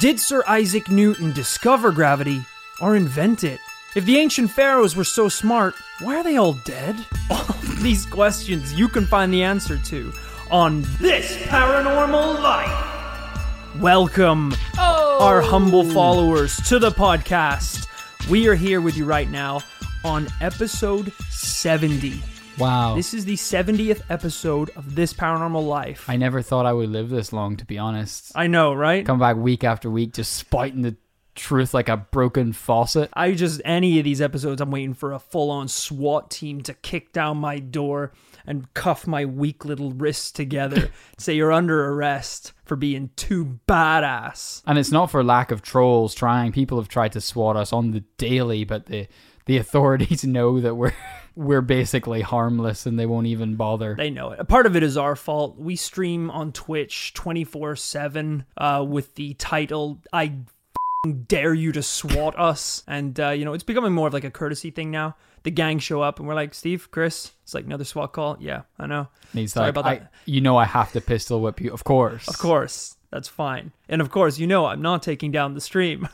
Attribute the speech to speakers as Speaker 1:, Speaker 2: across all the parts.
Speaker 1: Did Sir Isaac Newton discover gravity or invent it? If the ancient pharaohs were so smart, why are they all dead? All of these questions you can find the answer to on This Paranormal Life. Welcome, our humble followers, to the podcast. We are here with you right now on episode 70.
Speaker 2: Wow.
Speaker 1: This is the 70th episode of This Paranormal Life.
Speaker 2: I never thought I would live this long, to be honest.
Speaker 1: I know, right?
Speaker 2: Come back week after week, just spiting the truth like a broken faucet.
Speaker 1: I just any of these episodes, I'm waiting for a full-on SWAT team to kick down my door and cuff my weak little wrists together, say you're under arrest for being too badass.
Speaker 2: And it's not for lack of trolls trying. People have tried to swat us on the daily, but the the authorities know that we're we're basically harmless and they won't even bother.
Speaker 1: They know it. A part of it is our fault. We stream on Twitch 24/7 uh, with the title "I f***ing dare you to SWAT us," and uh, you know it's becoming more of like a courtesy thing now. The gang show up and we're like, "Steve, Chris," it's like another SWAT call. Yeah, I know.
Speaker 2: And he's
Speaker 1: Sorry
Speaker 2: like,
Speaker 1: about
Speaker 2: I-
Speaker 1: that.
Speaker 2: you know I have to pistol whip you. Of course.
Speaker 1: Of course, that's fine. And of course, you know I'm not taking down the stream.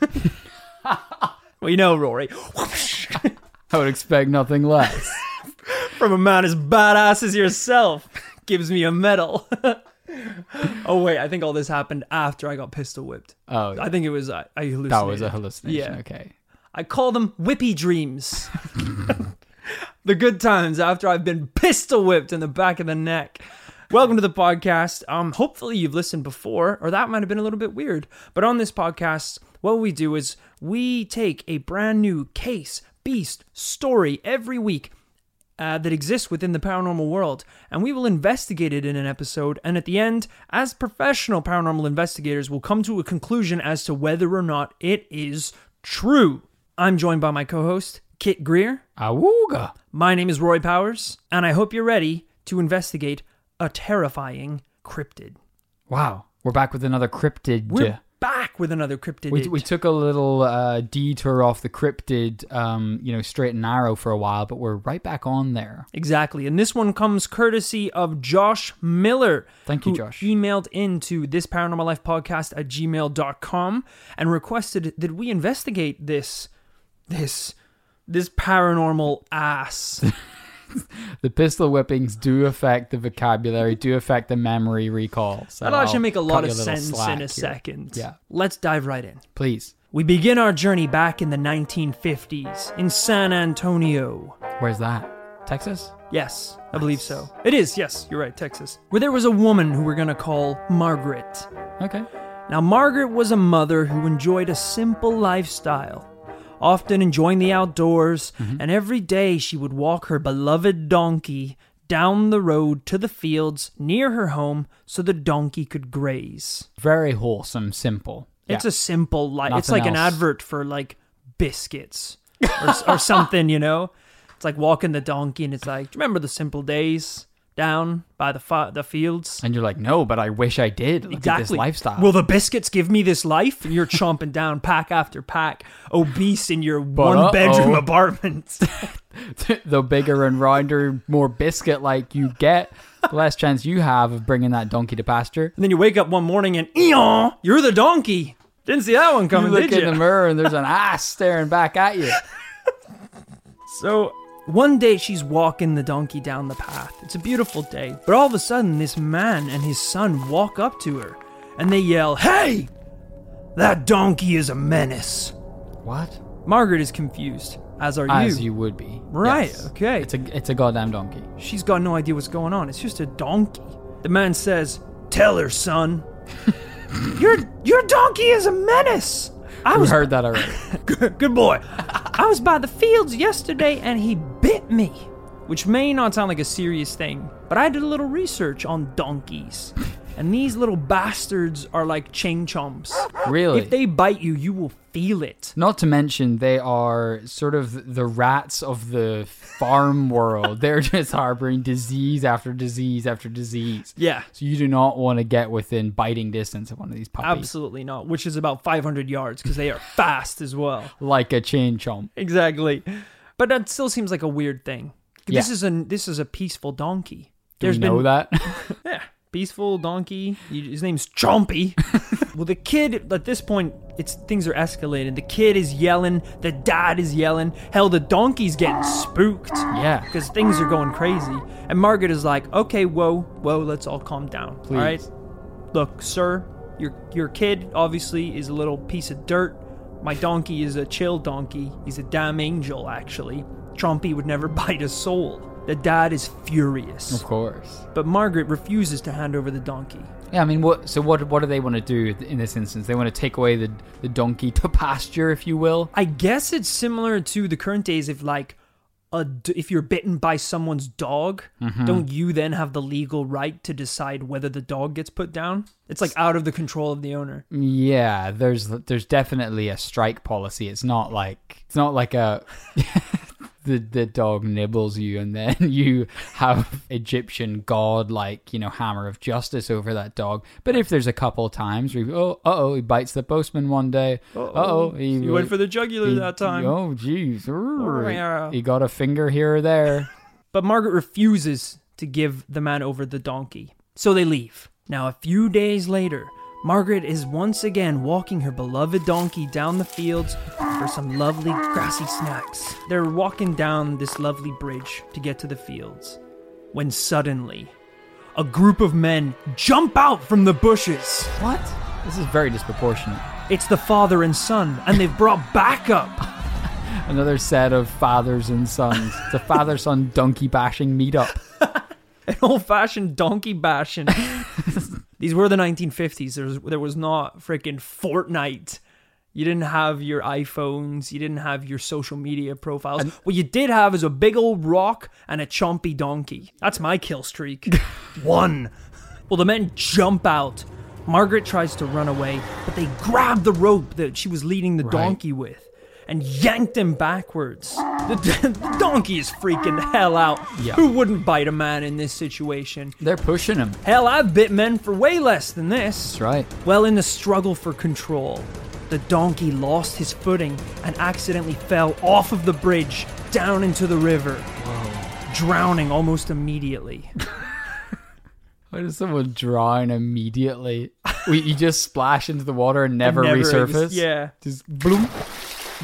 Speaker 1: we know, Rory.
Speaker 2: I would expect nothing less.
Speaker 1: From a man as badass as yourself, gives me a medal. oh wait, I think all this happened after I got pistol whipped.
Speaker 2: Oh,
Speaker 1: I think it was I, I hallucinated.
Speaker 2: that was a hallucination.
Speaker 1: Yeah.
Speaker 2: Okay.
Speaker 1: I call them whippy dreams. the good times after I've been pistol whipped in the back of the neck. Welcome to the podcast. Um, hopefully you've listened before, or that might have been a little bit weird. But on this podcast, what we do is we take a brand new case, beast, story every week uh, that exists within the paranormal world, and we will investigate it in an episode. And at the end, as professional paranormal investigators, we'll come to a conclusion as to whether or not it is true. I'm joined by my co host, Kit Greer.
Speaker 2: Awooga.
Speaker 1: My name is Roy Powers, and I hope you're ready to investigate a terrifying cryptid.
Speaker 2: Wow. We're back with another cryptid.
Speaker 1: We're back with another cryptid.
Speaker 2: We, we took a little uh, detour off the cryptid, um, you know, straight and narrow for a while, but we're right back on there.
Speaker 1: Exactly. And this one comes courtesy of Josh Miller.
Speaker 2: Thank you,
Speaker 1: who
Speaker 2: Josh.
Speaker 1: Emailed into this paranormal life podcast at gmail.com and requested that we investigate this this this paranormal ass.
Speaker 2: The pistol whippings do affect the vocabulary, do affect the memory recall. So
Speaker 1: That'll actually
Speaker 2: I'll
Speaker 1: make a
Speaker 2: cut
Speaker 1: lot
Speaker 2: you
Speaker 1: of
Speaker 2: little
Speaker 1: sense
Speaker 2: slack
Speaker 1: in a
Speaker 2: here.
Speaker 1: second.
Speaker 2: Yeah.
Speaker 1: Let's dive right in.
Speaker 2: Please.
Speaker 1: We begin our journey back in the 1950s in San Antonio,
Speaker 2: Where's that? Texas?
Speaker 1: Yes, I believe so. It is, yes, you're right, Texas. Where there was a woman who we're going to call Margaret.
Speaker 2: Okay.
Speaker 1: Now, Margaret was a mother who enjoyed a simple lifestyle, often enjoying the outdoors,
Speaker 2: Mm-hmm.
Speaker 1: and every day she would walk her beloved donkey down the road to the fields near her home so the donkey could graze.
Speaker 2: Very wholesome, simple.
Speaker 1: It's a simple life. It's like
Speaker 2: Nothing
Speaker 1: an
Speaker 2: else.
Speaker 1: advert for like biscuits or, or something, you know? It's like walking the donkey and it's like, do you remember the simple days down by the fi- the fields?
Speaker 2: and you're like, no, but I wish I did. Look at this lifestyle.
Speaker 1: Will the biscuits give me this life? And you're chomping down pack after pack, obese in your one bedroom
Speaker 2: uh-oh.
Speaker 1: apartment.
Speaker 2: the bigger and rounder, more biscuit like you get, the less chance you have of bringing that donkey to pasture.
Speaker 1: and then you wake up one morning and, eon, you're the donkey. Didn't see that one
Speaker 2: You
Speaker 1: coming,
Speaker 2: look
Speaker 1: did
Speaker 2: in
Speaker 1: you?
Speaker 2: the mirror and there's an ass staring back at you.
Speaker 1: So one day she's walking the donkey down the path. It's a beautiful day. But all of a sudden, this man and his son walk up to her and they yell, Hey! That donkey is a menace.
Speaker 2: What?
Speaker 1: Margaret is confused, as are
Speaker 2: As
Speaker 1: you.
Speaker 2: you would be.
Speaker 1: Right,
Speaker 2: Yes.
Speaker 1: okay.
Speaker 2: It's a it's a goddamn donkey.
Speaker 1: She's got no idea what's going on. It's just a donkey. The man says, Tell her, son. your, your donkey is a menace. I
Speaker 2: We
Speaker 1: was
Speaker 2: heard that already.
Speaker 1: Good boy. I was by the fields yesterday and he bit me. Which may not sound like a serious thing, but I did a little research on donkeys. And these little bastards are like chain chomps.
Speaker 2: Really?
Speaker 1: If they bite you, you will feel it.
Speaker 2: Not to mention they are sort of the rats of the farm world. They're just harboring disease after disease after disease.
Speaker 1: Yeah.
Speaker 2: So you do not want to get within biting distance of one of these puppies.
Speaker 1: Absolutely not, which is about 500 yards because they are fast as well.
Speaker 2: Like a chain chomp.
Speaker 1: Exactly. But that still seems like a weird thing. This
Speaker 2: Yeah.
Speaker 1: is a this is a peaceful donkey.
Speaker 2: Do you know that?
Speaker 1: Yeah, peaceful donkey. You- His name's Chompy. Well, the kid at this point, it's things are escalating. The kid is yelling. The dad is yelling. Hell, the donkey's getting spooked.
Speaker 2: Yeah.
Speaker 1: because things are going crazy. And Margaret is like, "Okay, whoa, whoa, let's all calm down.
Speaker 2: Please.
Speaker 1: All right, look, sir, your your kid obviously is a little piece of dirt. My donkey is a chill donkey. He's a damn angel, actually. Trumpy would never bite a soul." The dad is furious,
Speaker 2: Of course.
Speaker 1: but Margaret refuses to hand over the donkey.
Speaker 2: Yeah, I mean, what? So what? What do they want to do in this instance? They want to take away the the donkey to pasture, if you will.
Speaker 1: I guess it's similar to the current days if like a d- if you're bitten by someone's dog, don't you then have the legal right to decide whether the dog gets put down? It's like out of the control of the owner.
Speaker 2: Mm, Yeah, there's there's definitely a strike policy. It's not like it's not like a the the dog nibbles you and then you have Egyptian god like you know hammer of justice over that dog. But if there's a couple times where you, oh uh oh he bites the postman one day, uh oh he
Speaker 1: You went for the jugular
Speaker 2: he-
Speaker 1: that time.
Speaker 2: Oh jeez,
Speaker 1: yeah.
Speaker 2: Urgh. he got a finger here or there.
Speaker 1: But Margaret refuses to give the man over the donkey. So they leave. Now, a few days later, Margaret is once again walking her beloved donkey down the fields for some lovely grassy snacks. They're walking down this lovely bridge to get to the fields when suddenly a group of men jump out from the bushes.
Speaker 2: What? This is very disproportionate.
Speaker 1: It's the father and son, and they've brought backup.
Speaker 2: Another set of fathers and sons. It's a father son donkey bashing meetup.
Speaker 1: An old fashioned donkey bashing. These were the 1950s. There was, there was not freaking Fortnite. You didn't have your iPhones. You didn't have your social media profiles. what you did have is a big old rock and a chompy donkey. That's my kill streak. One. Well, the men jump out. Margaret tries to run away, but they grab the rope that she was leading the donkey with and yanked him backwards. The, d- the donkey is freaking the hell out.
Speaker 2: Yeah.
Speaker 1: Who wouldn't bite a man in this situation?
Speaker 2: They're pushing him.
Speaker 1: Hell, I've bit men for way less than this.
Speaker 2: That's right.
Speaker 1: Well, in the struggle for control, the donkey lost his footing and accidentally fell off of the bridge down into the river, drowning almost immediately.
Speaker 2: Why does someone drown immediately? we, you just splash into the water and never,
Speaker 1: Never-
Speaker 2: resurface?
Speaker 1: Yeah,
Speaker 2: Just bloom,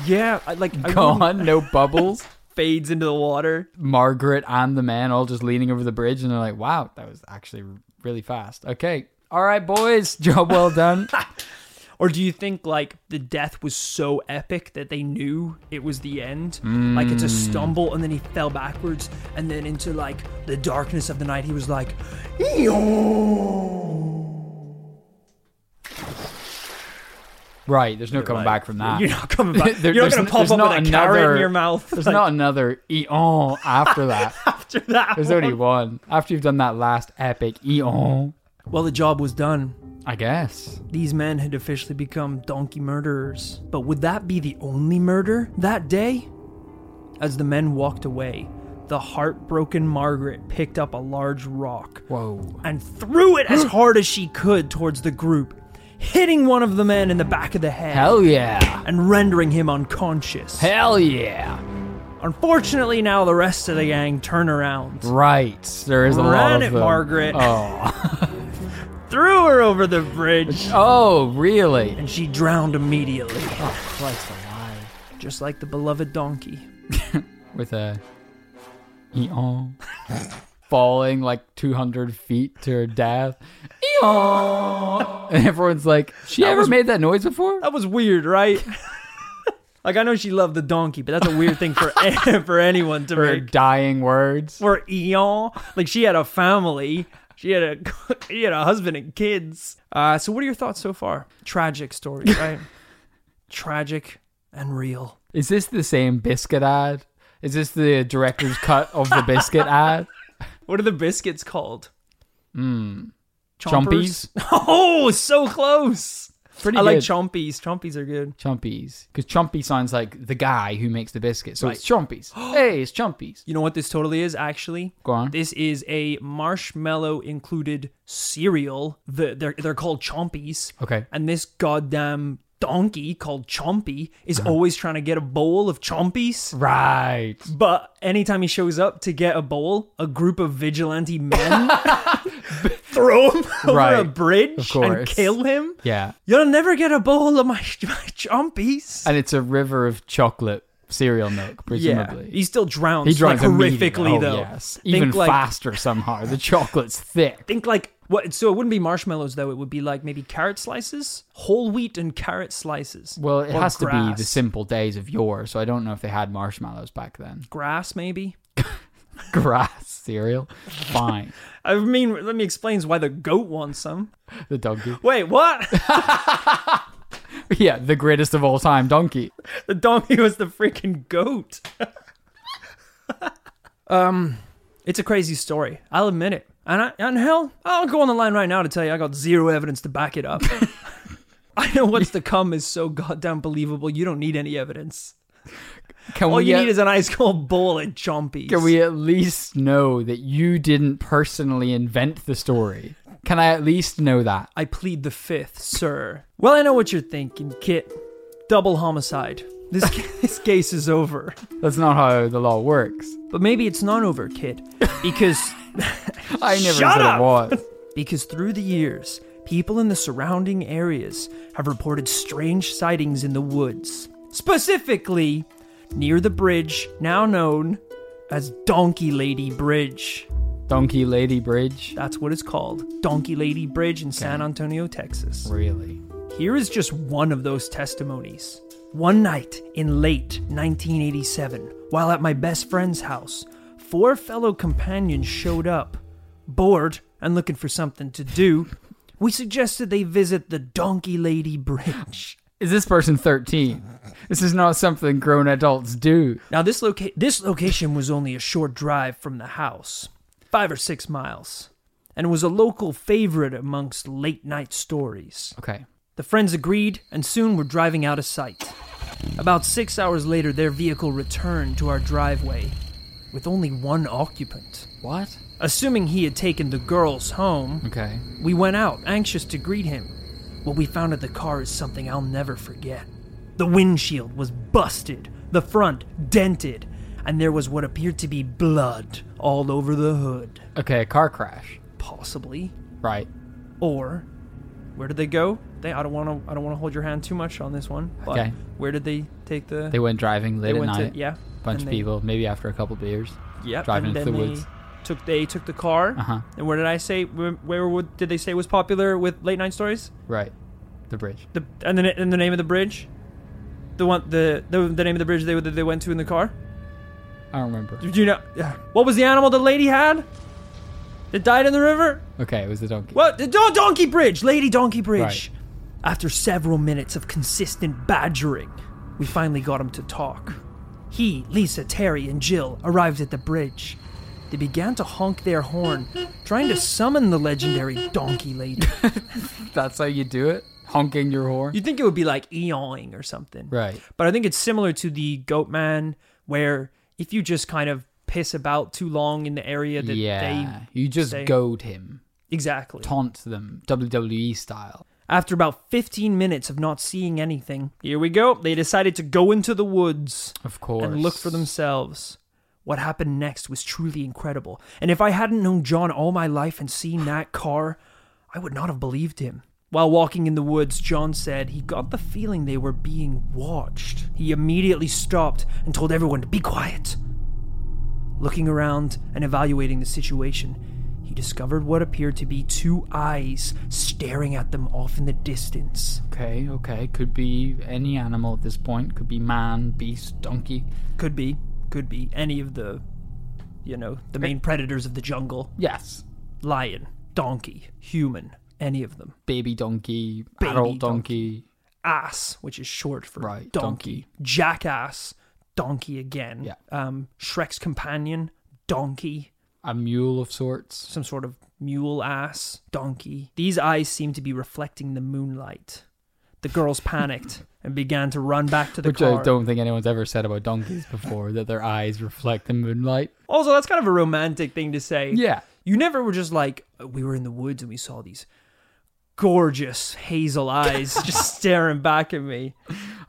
Speaker 1: yeah. I, like I wouldn't-
Speaker 2: gone, no bubbles.
Speaker 1: fades into the water.
Speaker 2: Margaret and the man all just leaning over the bridge and they're like, wow, that was actually really fast. Okay. All right, boys. Job well done.
Speaker 1: Or do you think like the death was so epic that they knew it was the end? Like it's a stumble and then he fell backwards and then into like the darkness of the night he was like
Speaker 2: right. There's no coming back from that.
Speaker 1: You're not coming back.
Speaker 2: There-
Speaker 1: You're not
Speaker 2: there's
Speaker 1: gonna
Speaker 2: n-
Speaker 1: pop
Speaker 2: there's
Speaker 1: up
Speaker 2: not
Speaker 1: with a
Speaker 2: another-
Speaker 1: carrot in your mouth.
Speaker 2: There's
Speaker 1: like,
Speaker 2: not another eon after that.
Speaker 1: after that.
Speaker 2: There's only one. After you've done that last epic eon,
Speaker 1: Well the job was done.
Speaker 2: I guess.
Speaker 1: These men had officially become donkey murderers. But would that be the only murder that day? As the men walked away, the heartbroken Margaret picked up a large rock
Speaker 2: Whoa.
Speaker 1: and threw it as hard as she could towards the group, hitting one of the men in the back of the head
Speaker 2: Hell yeah.
Speaker 1: and rendering him unconscious.
Speaker 2: Hell yeah.
Speaker 1: Unfortunately, now the rest of the gang turn around,
Speaker 2: Right. There is a lot
Speaker 1: Ran
Speaker 2: of
Speaker 1: it,
Speaker 2: them.
Speaker 1: Margaret.
Speaker 2: Oh.
Speaker 1: threw her over the bridge,
Speaker 2: Oh, really?
Speaker 1: and she drowned immediately,
Speaker 2: Christ alive.
Speaker 1: just like the beloved donkey.
Speaker 2: With a eon falling like 200 feet to her death. Eon. And everyone's like, she ever
Speaker 1: was-
Speaker 2: made that noise before?
Speaker 1: That was weird, right? like I know she loved the donkey, but that's a weird thing for for anyone to
Speaker 2: Her
Speaker 1: make.
Speaker 2: dying words.
Speaker 1: For Eon, like she had a family, she had a she had a husband and kids. Uh, so what are your thoughts so far? Tragic story, right? Tragic and real.
Speaker 2: Is this the same biscuit ad? Is this the director's cut of the biscuit ad?
Speaker 1: What are the biscuits called?
Speaker 2: Hmm. Chompies?
Speaker 1: Oh, so close.
Speaker 2: Pretty
Speaker 1: I
Speaker 2: good.
Speaker 1: like chompies. Chompies are good.
Speaker 2: Chompies. Because Chompy sounds like the guy who makes the biscuit. So it's Chompies. hey, it's Chompies.
Speaker 1: You know what this totally is, actually?
Speaker 2: Go on.
Speaker 1: This is a marshmallow included cereal. The, they're, they're called Chompies.
Speaker 2: Okay.
Speaker 1: And this goddamn donkey called Chompy is
Speaker 2: Uh-huh.
Speaker 1: always trying to get a bowl of Chompies.
Speaker 2: Right.
Speaker 1: But anytime he shows up to get a bowl, a group of vigilante men throw him over a
Speaker 2: Right, of
Speaker 1: bridge and
Speaker 2: course.
Speaker 1: kill him.
Speaker 2: Yeah.
Speaker 1: You'll never get a bowl of my, my chompies.
Speaker 2: And it's a river of chocolate cereal milk, presumably.
Speaker 1: Yeah, he still drowns.
Speaker 2: He drowns
Speaker 1: like,
Speaker 2: immediately.
Speaker 1: horrifically,
Speaker 2: Oh,
Speaker 1: though.
Speaker 2: Yes.
Speaker 1: Think
Speaker 2: Even
Speaker 1: like-
Speaker 2: faster somehow. The chocolate's thick.
Speaker 1: Think like what? So it wouldn't be marshmallows though. It would be like maybe carrot slices, whole wheat and carrot slices.
Speaker 2: Well, it
Speaker 1: Or
Speaker 2: has to be the
Speaker 1: grass.
Speaker 2: simple days of yore, so I don't know if they had marshmallows back then.
Speaker 1: grass maybe.
Speaker 2: Grass cereal, fine.
Speaker 1: I mean, let me explain why the goat wants some.
Speaker 2: The donkey,
Speaker 1: Wait, what?
Speaker 2: yeah, the greatest of all time, donkey.
Speaker 1: the donkey was the freaking goat. um, it's a crazy story. I'll admit it. And I, and hell, I'll go on the line right now to tell you I got zero evidence to back it up. I know what's to come is so goddamn believable. You don't need any evidence.
Speaker 2: Can
Speaker 1: All
Speaker 2: we?
Speaker 1: you
Speaker 2: at-
Speaker 1: need is an ice cold bowl and chompies.
Speaker 2: can we at least know that you didn't personally invent the story? Can I at least know that?
Speaker 1: I plead the fifth, sir. Well, I know what you're thinking, Kit. Double homicide. This, this case is over.
Speaker 2: That's not how the law works.
Speaker 1: But maybe it's not over, Kit, because
Speaker 2: I never
Speaker 1: Shut
Speaker 2: said
Speaker 1: up!
Speaker 2: it was.
Speaker 1: because through the years, people in the surrounding areas have reported strange sightings in the woods, specifically near the bridge now known as Donkey Lady Bridge.
Speaker 2: Donkey Lady Bridge.
Speaker 1: That's what it's called, Donkey Lady Bridge in San Antonio, Texas.
Speaker 2: Really?
Speaker 1: Here is just one of those testimonies. One night in late 1987, while at my best friend's house, four fellow companions showed up. Bored and looking for something to do, we suggested they visit the Donkey Lady Bridge.
Speaker 2: Is this person 13? This is not something grown adults do.
Speaker 1: Now, this, loca- this location was only a short drive from the house, five or six miles, and was a local favorite amongst late night stories.
Speaker 2: Okay.
Speaker 1: The friends agreed and soon were driving out of sight. About six hours later, their vehicle returned to our driveway with only one occupant.
Speaker 2: What?
Speaker 1: Assuming he had taken the girls home,
Speaker 2: Okay.
Speaker 1: we went out, anxious to greet him. What we found at the car is something I'll never forget. The windshield was busted, the front dented, and there was what appeared to be blood all over the hood.
Speaker 2: Okay, a car crash.
Speaker 1: Possibly.
Speaker 2: Right.
Speaker 1: or where did they go? They I don't want to I don't want to hold your hand too much on this one. But
Speaker 2: Okay.
Speaker 1: Where did they take the?
Speaker 2: They went driving late
Speaker 1: they
Speaker 2: at night.
Speaker 1: to yeah. and
Speaker 2: Bunch of
Speaker 1: they-
Speaker 2: people, maybe after a couple beers.
Speaker 1: Yep.
Speaker 2: driving
Speaker 1: and
Speaker 2: into
Speaker 1: then
Speaker 2: the
Speaker 1: they
Speaker 2: woods.
Speaker 1: Took they took the car.
Speaker 2: Uh huh.
Speaker 1: And where did I say where, where would, did they say was popular with late night stories?
Speaker 2: Right. The bridge.
Speaker 1: The and the and the name of the bridge. The one the the, the name of the bridge they that they went to in the car.
Speaker 2: I don't remember.
Speaker 1: Did you know what was the animal the lady had? That died in the river.
Speaker 2: Okay, it was the donkey.
Speaker 1: What? The Don- Donkey Bridge! Lady Donkey Bridge!
Speaker 2: Right.
Speaker 1: After several minutes of consistent badgering, we finally got him to talk. He, Lisa, Terry, and Jill arrived at the bridge. They began to honk their horn, trying to summon the legendary Donkey Lady.
Speaker 2: That's how you do it? Honking your horn?
Speaker 1: You'd think it would be like eawing or something.
Speaker 2: right.
Speaker 1: But I think it's similar to the Goat Man, where if you just kind of piss about too long in the area that
Speaker 2: Yeah. you just
Speaker 1: they-
Speaker 2: goad him.
Speaker 1: they. Exactly.
Speaker 2: Taunt them. WWE style.
Speaker 1: After about 15 minutes of not seeing anything, here we go, they decided to go into the woods
Speaker 2: Of course.
Speaker 1: and look for themselves. What happened next was truly incredible, and if I hadn't known John all my life and seen that car, I would not have believed him. While walking in the woods, John said he got the feeling they were being watched. He immediately stopped and told everyone to be quiet. Looking around and evaluating the situation, he discovered what appeared to be two eyes staring at them off in the distance.
Speaker 2: Okay, okay. Could be any animal at this point. Could be man, beast, donkey.
Speaker 1: Could be, could be any of the, you know, the
Speaker 2: Eh.
Speaker 1: main predators of the jungle
Speaker 2: Yes.
Speaker 1: lion, donkey, human, any of them.
Speaker 2: Baby donkey,
Speaker 1: Baby
Speaker 2: adult donkey.
Speaker 1: Ass, which is short for
Speaker 2: Right,
Speaker 1: donkey.
Speaker 2: donkey.
Speaker 1: Jackass, donkey again.
Speaker 2: Yeah.
Speaker 1: Um, Shrek's companion, donkey.
Speaker 2: A mule of sorts.
Speaker 1: Some sort of mule ass, donkey. These eyes seem to be reflecting the moonlight. The girls panicked and began to run back to the
Speaker 2: Which
Speaker 1: car.
Speaker 2: I don't think anyone's ever said about donkeys before, that their eyes reflect the moonlight.
Speaker 1: Also, that's kind of a romantic thing to say.
Speaker 2: Yeah.
Speaker 1: You never were just like, uh, we were in the woods and we saw these gorgeous hazel eyes just staring back at me.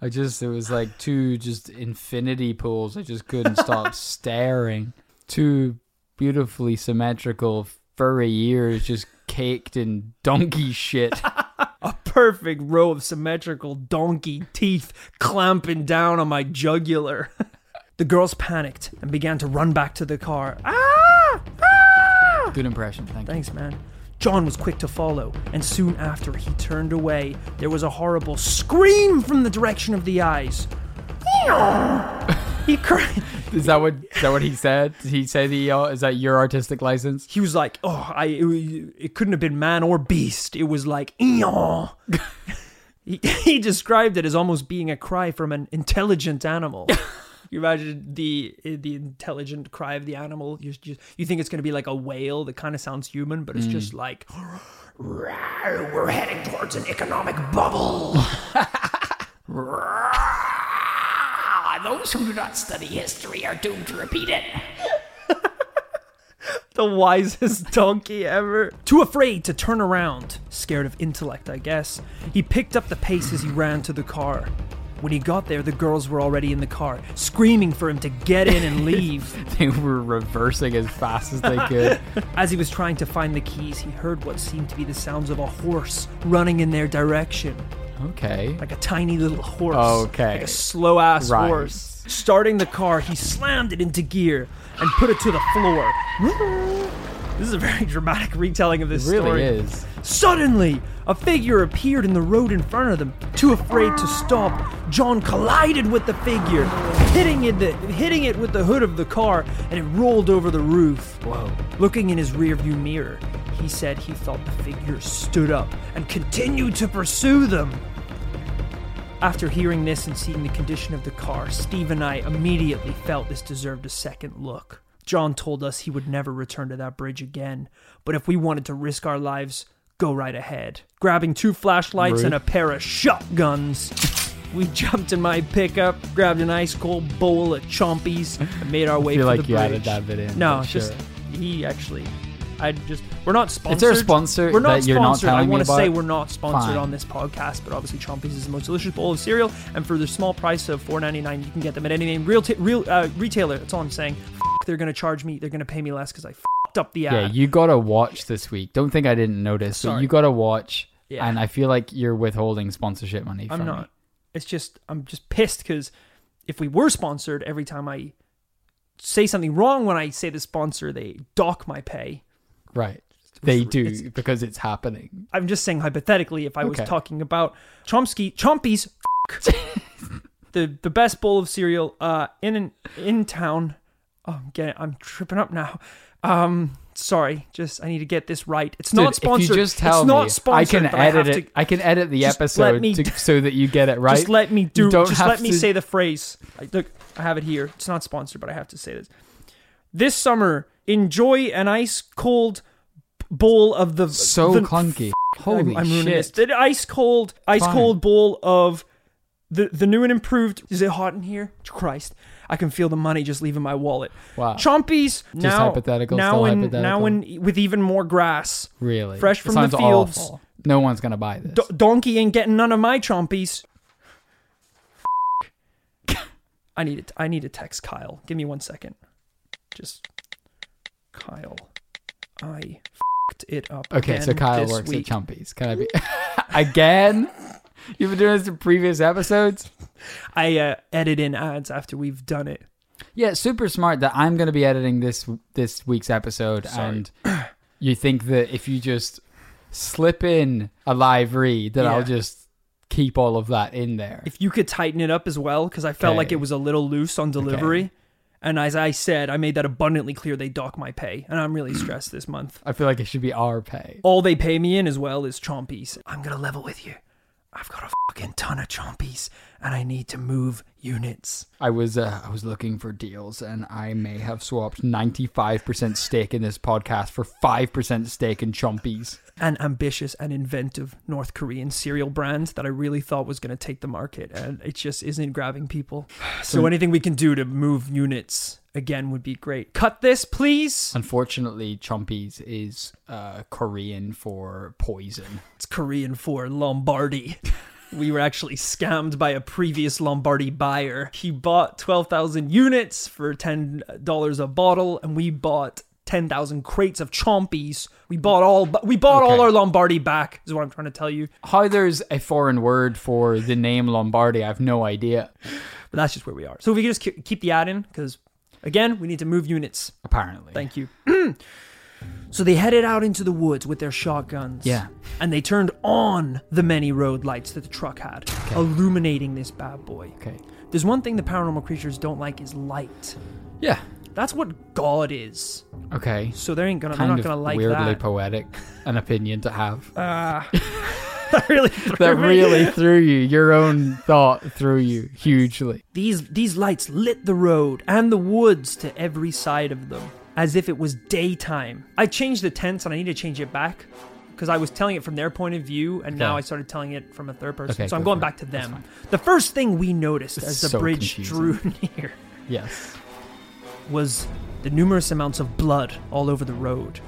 Speaker 2: I just it was like two just infinity pools. I just couldn't stop staring. Two beautifully symmetrical furry ears just caked in donkey shit.
Speaker 1: A perfect row of symmetrical donkey teeth clamping down on my jugular. the girls panicked and began to run back to the car. Ah! Ah!
Speaker 2: Good impression, thank you.
Speaker 1: Thanks, man. John was quick to follow, and soon after he turned away, there was a horrible scream from the direction of the eyes. he cried.
Speaker 2: Is that what is that what he said? Did he say the uh, is that your artistic license?
Speaker 1: He was like, "Oh, I it, wa- it couldn't have been man or beast. It was like eon." he, he described it as almost being a cry from an intelligent animal. You imagine the the intelligent cry of the animal. You just, you think it's going to be like a whale that kind of sounds human, but it's just like "Rawr, we're heading towards an economic bubble.
Speaker 3: Ah, those who do not study history are doomed to repeat it.
Speaker 1: the wisest donkey ever. Too afraid to turn around, scared of intellect, I guess, he picked up the pace as he ran to the car. When he got there, the girls were already in the car, screaming for him to get in and leave.
Speaker 2: They were reversing as fast as they could.
Speaker 1: as he was trying to find the keys, he heard what seemed to be the sounds of a horse running in their direction,
Speaker 2: Okay.
Speaker 1: like a tiny little horse.
Speaker 2: Okay.
Speaker 1: Like a slow ass
Speaker 2: Right.
Speaker 1: horse. Starting the car, he slammed it into gear and put it to the floor. This is a very dramatic retelling of this
Speaker 2: Really
Speaker 1: story.
Speaker 2: is.
Speaker 1: Suddenly, a figure appeared in the road in front of them. Too afraid to stop, John collided with the figure, hitting it, the, hitting it with the hood of the car, and it rolled over the roof. Whoa. Looking in his rearview mirror, he said he thought the figure stood up and continued to pursue them. After hearing this and seeing the condition of the car, Steve and I immediately felt this deserved a second look. John told us he would never return to that bridge again, but if we wanted to risk our lives, go right ahead. Grabbing two flashlights and a pair of shotguns, we jumped in my pickup, grabbed an ice cold bowl of chompies, and made our way
Speaker 2: feel
Speaker 1: for
Speaker 2: like
Speaker 1: the
Speaker 2: you
Speaker 1: bridge.
Speaker 2: added that bit in,
Speaker 1: No,
Speaker 2: but
Speaker 1: just
Speaker 2: sure.
Speaker 1: he actually. I just we're not sponsored.
Speaker 2: Is there a sponsor
Speaker 1: We're not
Speaker 2: that you're not
Speaker 1: sponsored. I
Speaker 2: telling me
Speaker 1: wanna
Speaker 2: about?
Speaker 1: say we're not sponsored
Speaker 2: Fine.
Speaker 1: on this podcast, but obviously Chompies is the most delicious bowl of cereal, and for the small price of $4.99, you can get them at any name real t- real uh, retailer. That's all I'm saying. F- they're gonna charge me. They're gonna pay me less because I fed up the ad.
Speaker 2: Yeah, you gotta watch this week. Don't think I didn't notice, but
Speaker 1: Sorry.
Speaker 2: you gotta watch.
Speaker 1: Yeah.
Speaker 2: And I feel like you're withholding sponsorship money. From
Speaker 1: I'm
Speaker 2: me.
Speaker 1: not. It's just I'm just pissed because if we were sponsored, every time I say something wrong when I say the sponsor, they dock my pay.
Speaker 2: Right. They do
Speaker 1: it's-
Speaker 2: because it's happening.
Speaker 1: I'm just saying hypothetically if I was
Speaker 2: Okay.
Speaker 1: talking about Chomsky Chompies f- the the best bowl of cereal uh in an, in town. Oh, I'm getting I'm tripping up now. Um sorry, just I need to get this right. It's not
Speaker 2: Dude,
Speaker 1: sponsored.
Speaker 2: If you just tell
Speaker 1: it's not
Speaker 2: me,
Speaker 1: sponsored.
Speaker 2: I
Speaker 1: but
Speaker 2: can
Speaker 1: have
Speaker 2: edit it.
Speaker 1: to-
Speaker 2: I can edit the
Speaker 1: Just let
Speaker 2: episode
Speaker 1: me-
Speaker 2: to, so that you get it right.
Speaker 1: Just let me do.
Speaker 2: You don't
Speaker 1: Just
Speaker 2: have
Speaker 1: let me
Speaker 2: to-
Speaker 1: say the phrase. I, look, I have it here. It's not sponsored, but I have to say this. This summer, enjoy an ice cold bowl of the
Speaker 2: so
Speaker 1: the-
Speaker 2: clunky. Holy
Speaker 1: I'm, I'm ruining
Speaker 2: shit!
Speaker 1: This. The ice cold, ice
Speaker 2: Fine.
Speaker 1: cold bowl of the the new and improved. Is it hot in here? Christ, I can feel the money just leaving my wallet.
Speaker 2: Wow.
Speaker 1: Chompies now
Speaker 2: hypothetical,
Speaker 1: now
Speaker 2: still
Speaker 1: in now
Speaker 2: hypothetical.
Speaker 1: in with even more grass.
Speaker 2: Really,
Speaker 1: fresh
Speaker 2: It
Speaker 1: from the
Speaker 2: sounds
Speaker 1: fields.
Speaker 2: awful. No one's gonna buy this.
Speaker 1: D- donkey ain't getting none of my chompies. I need it. I need to text Kyle. Give me one second. Just Kyle. I fed it up.
Speaker 2: okay, so
Speaker 1: again
Speaker 2: Kyle
Speaker 1: this
Speaker 2: works
Speaker 1: week.
Speaker 2: at Chumpies. Can I be again? You've been doing this in previous episodes.
Speaker 1: I uh, edit in ads after we've done it.
Speaker 2: Yeah, super smart that I'm going to be editing this this week's episode, and you think that if you just slip in a live read, that
Speaker 1: Yeah.
Speaker 2: I'll just keep all of that in there.
Speaker 1: If you could tighten it up as well, because I felt like
Speaker 2: Okay.
Speaker 1: it was a little loose on delivery. And as I said, I made that abundantly clear they dock my pay, and I'm really stressed this month.
Speaker 2: I feel like it should be our pay.
Speaker 1: All they pay me in as well is chompies. I'm gonna level with you. I've got a fucking ton of chompies, and I need to move units.
Speaker 2: I was uh, I was looking for deals, and I may have swapped ninety five percent stake in this podcast for five percent stake in Chompies.
Speaker 1: An ambitious and inventive North Korean cereal brand that I really thought was gonna take the market, and it just isn't grabbing people. So anything we can do to move units again would be great. Cut this, please.
Speaker 2: Unfortunately, Chompies is uh, Korean for poison.
Speaker 1: It's Korean for Lombardi. We were actually scammed by a previous Lombardi buyer. He bought 12,000 units for $10 a bottle, and we bought ten thousand crates of chompies. We bought all we bought all
Speaker 2: Okay.
Speaker 1: our Lombardi back. Is what I'm trying to tell you.
Speaker 2: How there's a foreign word for the name Lombardi, I've no idea.
Speaker 1: But that's just where we are. So if we could just ke- keep the ad in, because again, we need to move units.
Speaker 2: Apparently,
Speaker 1: Thank you. so they headed out into the woods with their shotguns.
Speaker 2: Yeah.
Speaker 1: And they turned on the many road lights that the truck had, illuminating this bad boy.
Speaker 2: Okay.
Speaker 1: There's one thing the paranormal creatures don't like is light.
Speaker 2: Yeah.
Speaker 1: That's what God is.
Speaker 2: Okay.
Speaker 1: So they ain't gonna they're
Speaker 2: Kind
Speaker 1: not
Speaker 2: of
Speaker 1: gonna like
Speaker 2: weirdly
Speaker 1: that.
Speaker 2: poetic, an opinion to have.
Speaker 1: that really threw
Speaker 2: that
Speaker 1: me.
Speaker 2: really threw you. Your own thought threw you hugely.
Speaker 1: These these lights lit the road and the woods to every side of them, as if it was daytime. I changed the tense and I need to change it back because I was telling it from their point of view, and now
Speaker 2: Okay.
Speaker 1: I started telling it from a third person.
Speaker 2: Okay,
Speaker 1: so I'm
Speaker 2: go
Speaker 1: going
Speaker 2: for it.
Speaker 1: back to
Speaker 2: That's
Speaker 1: them. The first thing we noticed
Speaker 2: It's
Speaker 1: as the
Speaker 2: so
Speaker 1: bridge
Speaker 2: confusing.
Speaker 1: drew near
Speaker 2: Yes.
Speaker 1: was the numerous amounts of blood all over the road.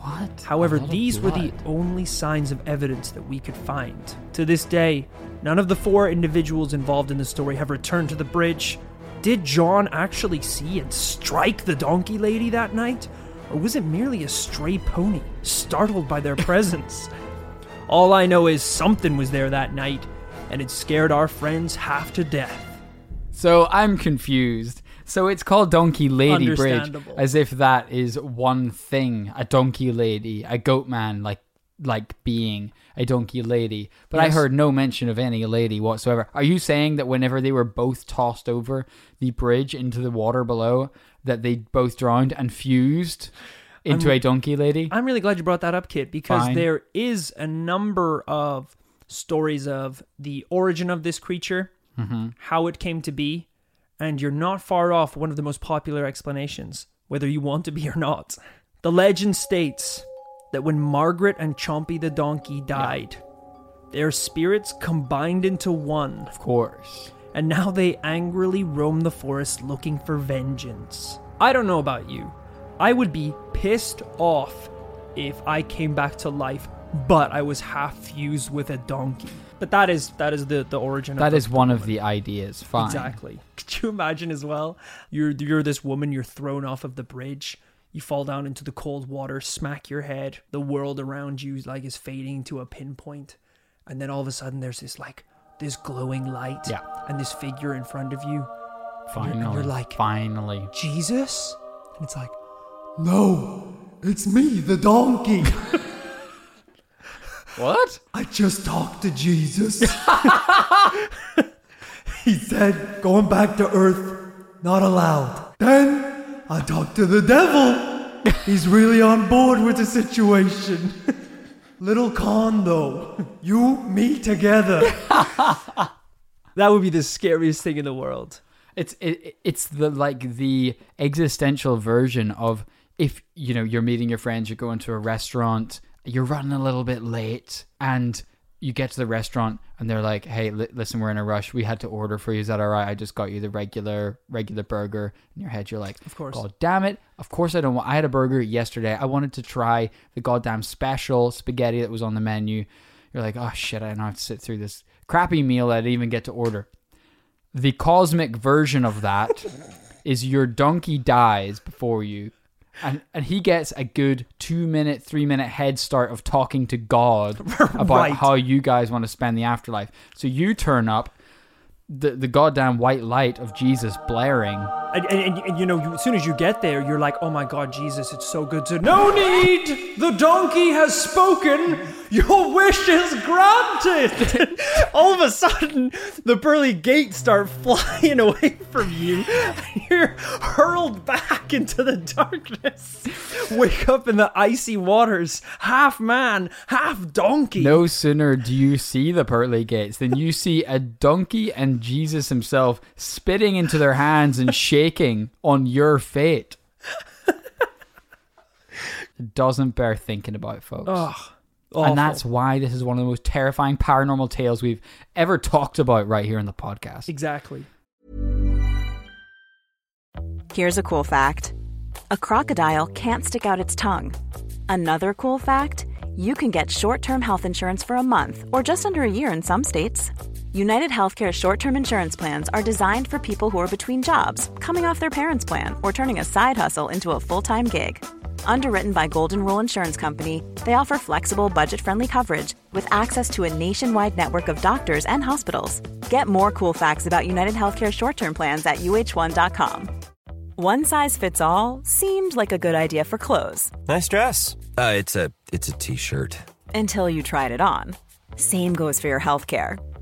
Speaker 2: What?
Speaker 1: However, these were the only signs of evidence that we could find. To this day, none of the four individuals involved in the story have returned to the bridge. Did John actually see and strike the donkey lady that night? Or was it merely a stray pony, startled by their presence? All I know is something was there that night, and it scared our friends half to death.
Speaker 2: So I'm confused. So it's called Donkey Lady Bridge,
Speaker 1: Understandable.
Speaker 2: as if that is one thing: a donkey lady, a goat man, like like being a donkey lady. But I
Speaker 1: Yes.
Speaker 2: heard no mention of any lady whatsoever. Are you saying that whenever they were both tossed over the bridge into the water below, that they both drowned and fused into a donkey lady?
Speaker 1: I'm really glad you brought that up, Kit, because
Speaker 2: Fine.
Speaker 1: there is a number of stories of the origin of this creature, how it came to be, and you're not far off one of the most popular explanations, whether you want to be or not. The legend states that when Margaret and Chompy the donkey died, their spirits combined into one,
Speaker 2: of course.
Speaker 1: and now they angrily roam the forest looking for vengeance. I don't know about you. I would be pissed off if I came back to life, but I was half fused with a donkey. But that is that is the the origin. of
Speaker 2: That
Speaker 1: the-
Speaker 2: is one of the ideas. Fine.
Speaker 1: exactly. Could you imagine as well? You're you're this woman. You're thrown off of the bridge. You fall down into the cold water. Smack your head. The world around you like is fading to a pinpoint, and then all of a sudden there's this like this glowing light.
Speaker 2: Yeah.
Speaker 1: And this figure in front of you.
Speaker 2: Finally.
Speaker 1: you're like-
Speaker 2: finally.
Speaker 1: Jesus? And it's like,
Speaker 4: No, it's me, the donkey.
Speaker 2: What?
Speaker 4: I just talked to Jesus. he said, going back to earth, not allowed. Then I talked to the devil. He's really on board with the situation. Little con, though. You, me together.
Speaker 1: that would be the scariest thing in the world.
Speaker 2: It's it, it's the like the existential version of if you know you're meeting your friends, you're going to a restaurant, you're running a little bit late, and you get to the restaurant and they're like, "Hey, li- listen, we're in a rush. We had to order for you. Is that all right? I just got you the regular regular burger." In your head, you're like, "Of
Speaker 1: course.
Speaker 2: God damn it! Of course I don't want. I had a burger yesterday. I wanted to try the goddamn special spaghetti that was on the menu." You're like, "Oh shit! I now have to sit through this crappy meal that I didn't even get to order." the cosmic version of that is your donkey dies before you and, and he gets a good two minute three minute head start of talking to god about
Speaker 1: Right.
Speaker 2: how you guys want to spend the afterlife so you turn up the, the goddamn white light of jesus blaring
Speaker 1: And, and, and, and, you know, you- as soon as you get there, you're like, oh my god, Jesus, it's so good to. No need! The donkey has spoken! Your wish is granted! All of a sudden, the pearly gates start flying away from you, and you're hurled back into the darkness. Wake up in the icy waters, half man, half donkey.
Speaker 2: no sooner do you see the pearly gates than you see a donkey and jesus himself spitting into their hands and shaking on your fate it doesn't bear thinking about folks
Speaker 5: Oh,
Speaker 1: Awful.
Speaker 2: And that's why this is one of the most terrifying paranormal tales we've ever talked about right here in the podcast.
Speaker 1: Exactly.
Speaker 6: Here's a cool fact a crocodile can't stick out its tongue. Another cool fact you can get short term health insurance for a month or just under a year in some states. United Healthcare short term insurance plans are designed for people who are between jobs, coming off their parents' plan, or turning a side hustle into a full time gig. Underwritten by Golden Rule Insurance Company, they offer flexible, budget friendly coverage with access to a nationwide network of doctors and hospitals. Get more cool facts about United Healthcare short term plans at uh1.com. One size fits all seemed like a good idea for clothes
Speaker 7: Nice dress. Uh, it's a it's a t-shirt.
Speaker 6: until you tried it on. Same goes for your healthcare.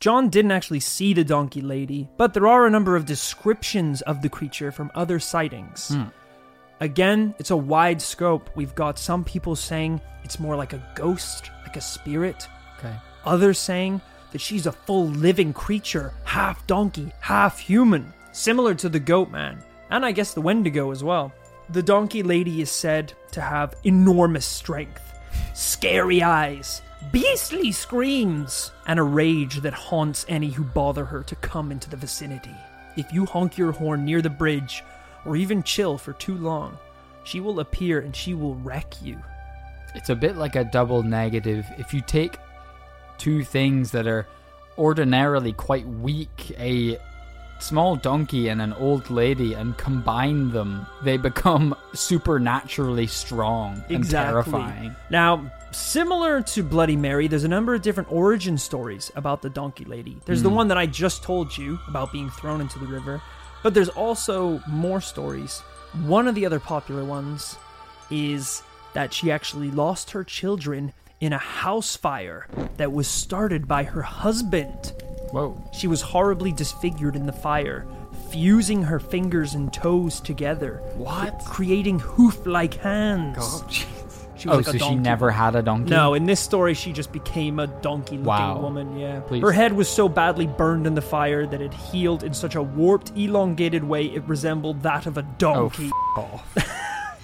Speaker 1: John didn't actually see the donkey lady, but there are a number of descriptions of the creature from other sightings. Again, it's a wide scope. We've got some people saying it's more like a ghost, like a spirit,
Speaker 2: Okay.
Speaker 1: others saying that she's a full living creature, half donkey, half human, similar to the goat man, and I guess the Wendigo as well. The donkey lady is said to have enormous strength, scary eyes, beastly screams, and a rage that haunts any who bother her to come into the vicinity. If you honk your horn near the bridge, or even chill for too long, she will appear and she will wreck you.
Speaker 2: It's a bit like a double negative. If you take two things that are ordinarily quite weak, a small donkey and an old lady, and combine them, they become supernaturally strong and terrifying.
Speaker 1: Now, similar to Bloody Mary, there's a number of different origin stories about the donkey lady. There's the one that I just told you about being thrown into the river, but there's also more stories. One of the other popular ones is that she actually lost her children in a house fire that was started by her husband.
Speaker 2: Whoa.
Speaker 1: She was horribly disfigured in the fire, fusing her fingers and toes together.
Speaker 2: What?
Speaker 1: Creating hoof like hands. She was
Speaker 2: Oh,
Speaker 1: like a
Speaker 2: so she
Speaker 1: donkey.
Speaker 2: never had a donkey?
Speaker 1: No, in this story, she just became a donkey looking
Speaker 2: Wow.
Speaker 1: woman, yeah.
Speaker 2: Please.
Speaker 1: Her head was so badly burned in the fire that it healed in such a warped, elongated way it resembled that of a
Speaker 2: Oh,
Speaker 1: donkey.
Speaker 2: f- off.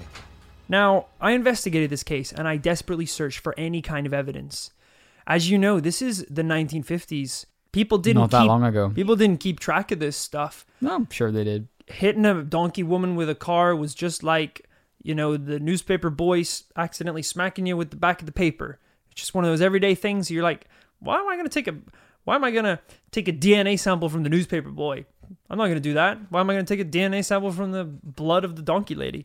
Speaker 1: Now, I investigated this case and I desperately searched for any kind of evidence. As you know, this is the 1950s. People didn't
Speaker 2: Not that
Speaker 1: keep-
Speaker 2: long ago.
Speaker 1: People didn't keep track of this stuff.
Speaker 2: No, I'm sure they did.
Speaker 1: Hitting a donkey woman with a car was just like, you know, the newspaper boy s- accidentally smacking you with the back of the paper. It's just one of those everyday things. You're like, why am I going to take a why am I going to take a DNA sample from the newspaper boy? I'm not going to do that. Why am I going to take a DNA sample from the blood of the donkey lady?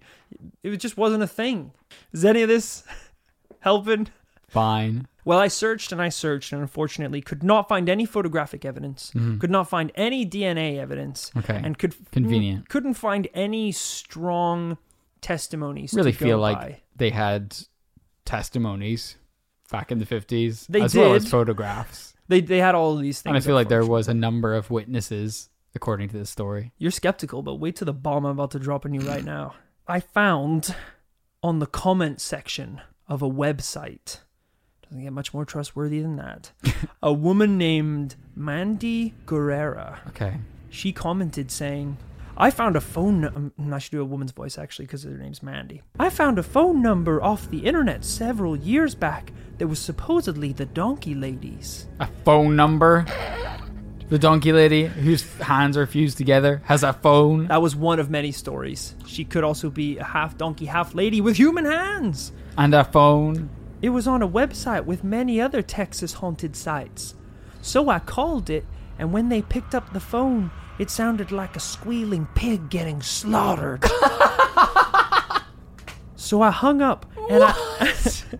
Speaker 1: It just wasn't a thing. Is any of this helping?
Speaker 2: Fine.
Speaker 1: Well, I searched and I searched and unfortunately could not find any photographic evidence, could not find any DNA evidence,
Speaker 2: Mm-hmm. Okay.
Speaker 1: and could
Speaker 2: Convenient.
Speaker 1: couldn't find any strong testimonies.
Speaker 2: Really
Speaker 1: to go
Speaker 2: feel like
Speaker 1: by.
Speaker 2: they had testimonies back in the 50s
Speaker 1: They
Speaker 2: as well as
Speaker 1: did.
Speaker 2: photographs.
Speaker 1: they they had all of these things.
Speaker 2: and I feel like there
Speaker 1: unfortunately.
Speaker 2: was a number of witnesses according to this story.
Speaker 1: You're skeptical, but wait till the bomb I'm about to drop on you right now. I found on the comment section of a website. Doesn't get much more trustworthy than that. a woman named Mandy Guerrera.
Speaker 2: Okay.
Speaker 1: she commented saying, I found a phone. num- mm, I should do a woman's voice actually because her name's Mandy. I found a phone number off the internet several years back that was supposedly the donkey lady's.
Speaker 2: A phone number. The donkey lady whose hands are fused together has a phone.
Speaker 1: That was one of many stories. She could also be a half donkey, half lady with human hands.
Speaker 2: and a phone.
Speaker 1: It was on a website with many other Texas haunted sites. So I called it, and when they picked up the phone, it sounded like a squealing pig getting slaughtered. so I hung up and I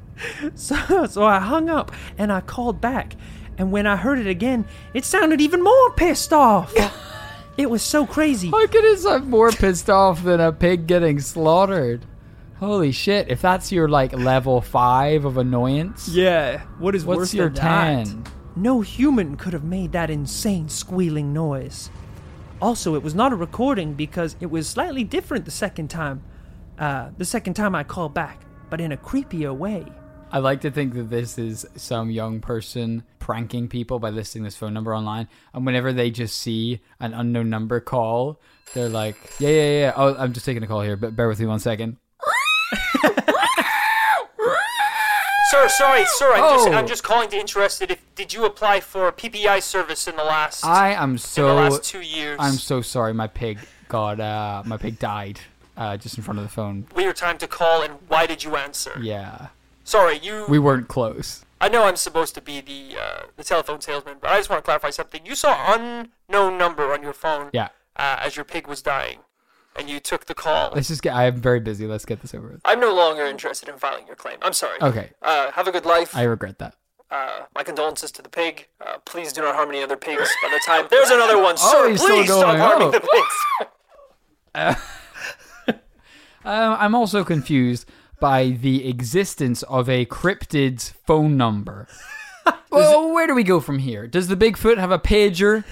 Speaker 1: so, so I hung up and I called back. And when I heard it again, it sounded even more pissed off. it was so crazy.
Speaker 2: How could it sound more pissed off than a pig getting slaughtered? Holy shit! If that's your like level five of annoyance,
Speaker 1: Yeah. What is
Speaker 2: what's
Speaker 1: worse
Speaker 2: your
Speaker 1: than that?
Speaker 2: ten?
Speaker 1: No human could have made that insane squealing noise. Also, it was not a recording because it was slightly different the second time. Uh, the second time I called back, but in a creepier way.
Speaker 2: I like to think that this is some young person pranking people by listing this phone number online. And whenever they just see an unknown number call, they're like, yeah, yeah, yeah. Oh, I'm just taking a call here, but bear with me one second.
Speaker 8: Sir, sorry, sir. I'm, just,
Speaker 2: Oh.
Speaker 8: I'm just calling to interested if did you apply for PPI service in the last
Speaker 2: I am
Speaker 8: in the
Speaker 2: so,
Speaker 8: last two years?
Speaker 2: I'm so sorry. My pig got, uh, my pig died uh, just in front of the phone.
Speaker 8: We were time to call, and why did you answer?
Speaker 2: Yeah.
Speaker 8: Sorry, you.
Speaker 2: We weren't close.
Speaker 8: I know I'm supposed to be the uh, the telephone salesman, but I just want to clarify something. You saw unknown number on your phone.
Speaker 2: Yeah.
Speaker 8: Uh, as your pig was dying, and you took the call.
Speaker 2: Let's just get, I'm very busy. Let's get this over with.
Speaker 8: I'm no longer interested in filing your claim. I'm sorry.
Speaker 2: Okay.
Speaker 8: Uh, have a good life.
Speaker 2: I regret that.
Speaker 8: Uh, my condolences to the pig. Uh, please do not harm any other pigs. By the time there's another one,
Speaker 2: Oh,
Speaker 8: sir,
Speaker 2: he's still
Speaker 8: please stop
Speaker 2: going.
Speaker 8: harming
Speaker 2: Oh.
Speaker 8: the pigs.
Speaker 2: Um, I'm also confused by the existence of a cryptid's phone number. well, where do we go from here? Does the Bigfoot have a pager?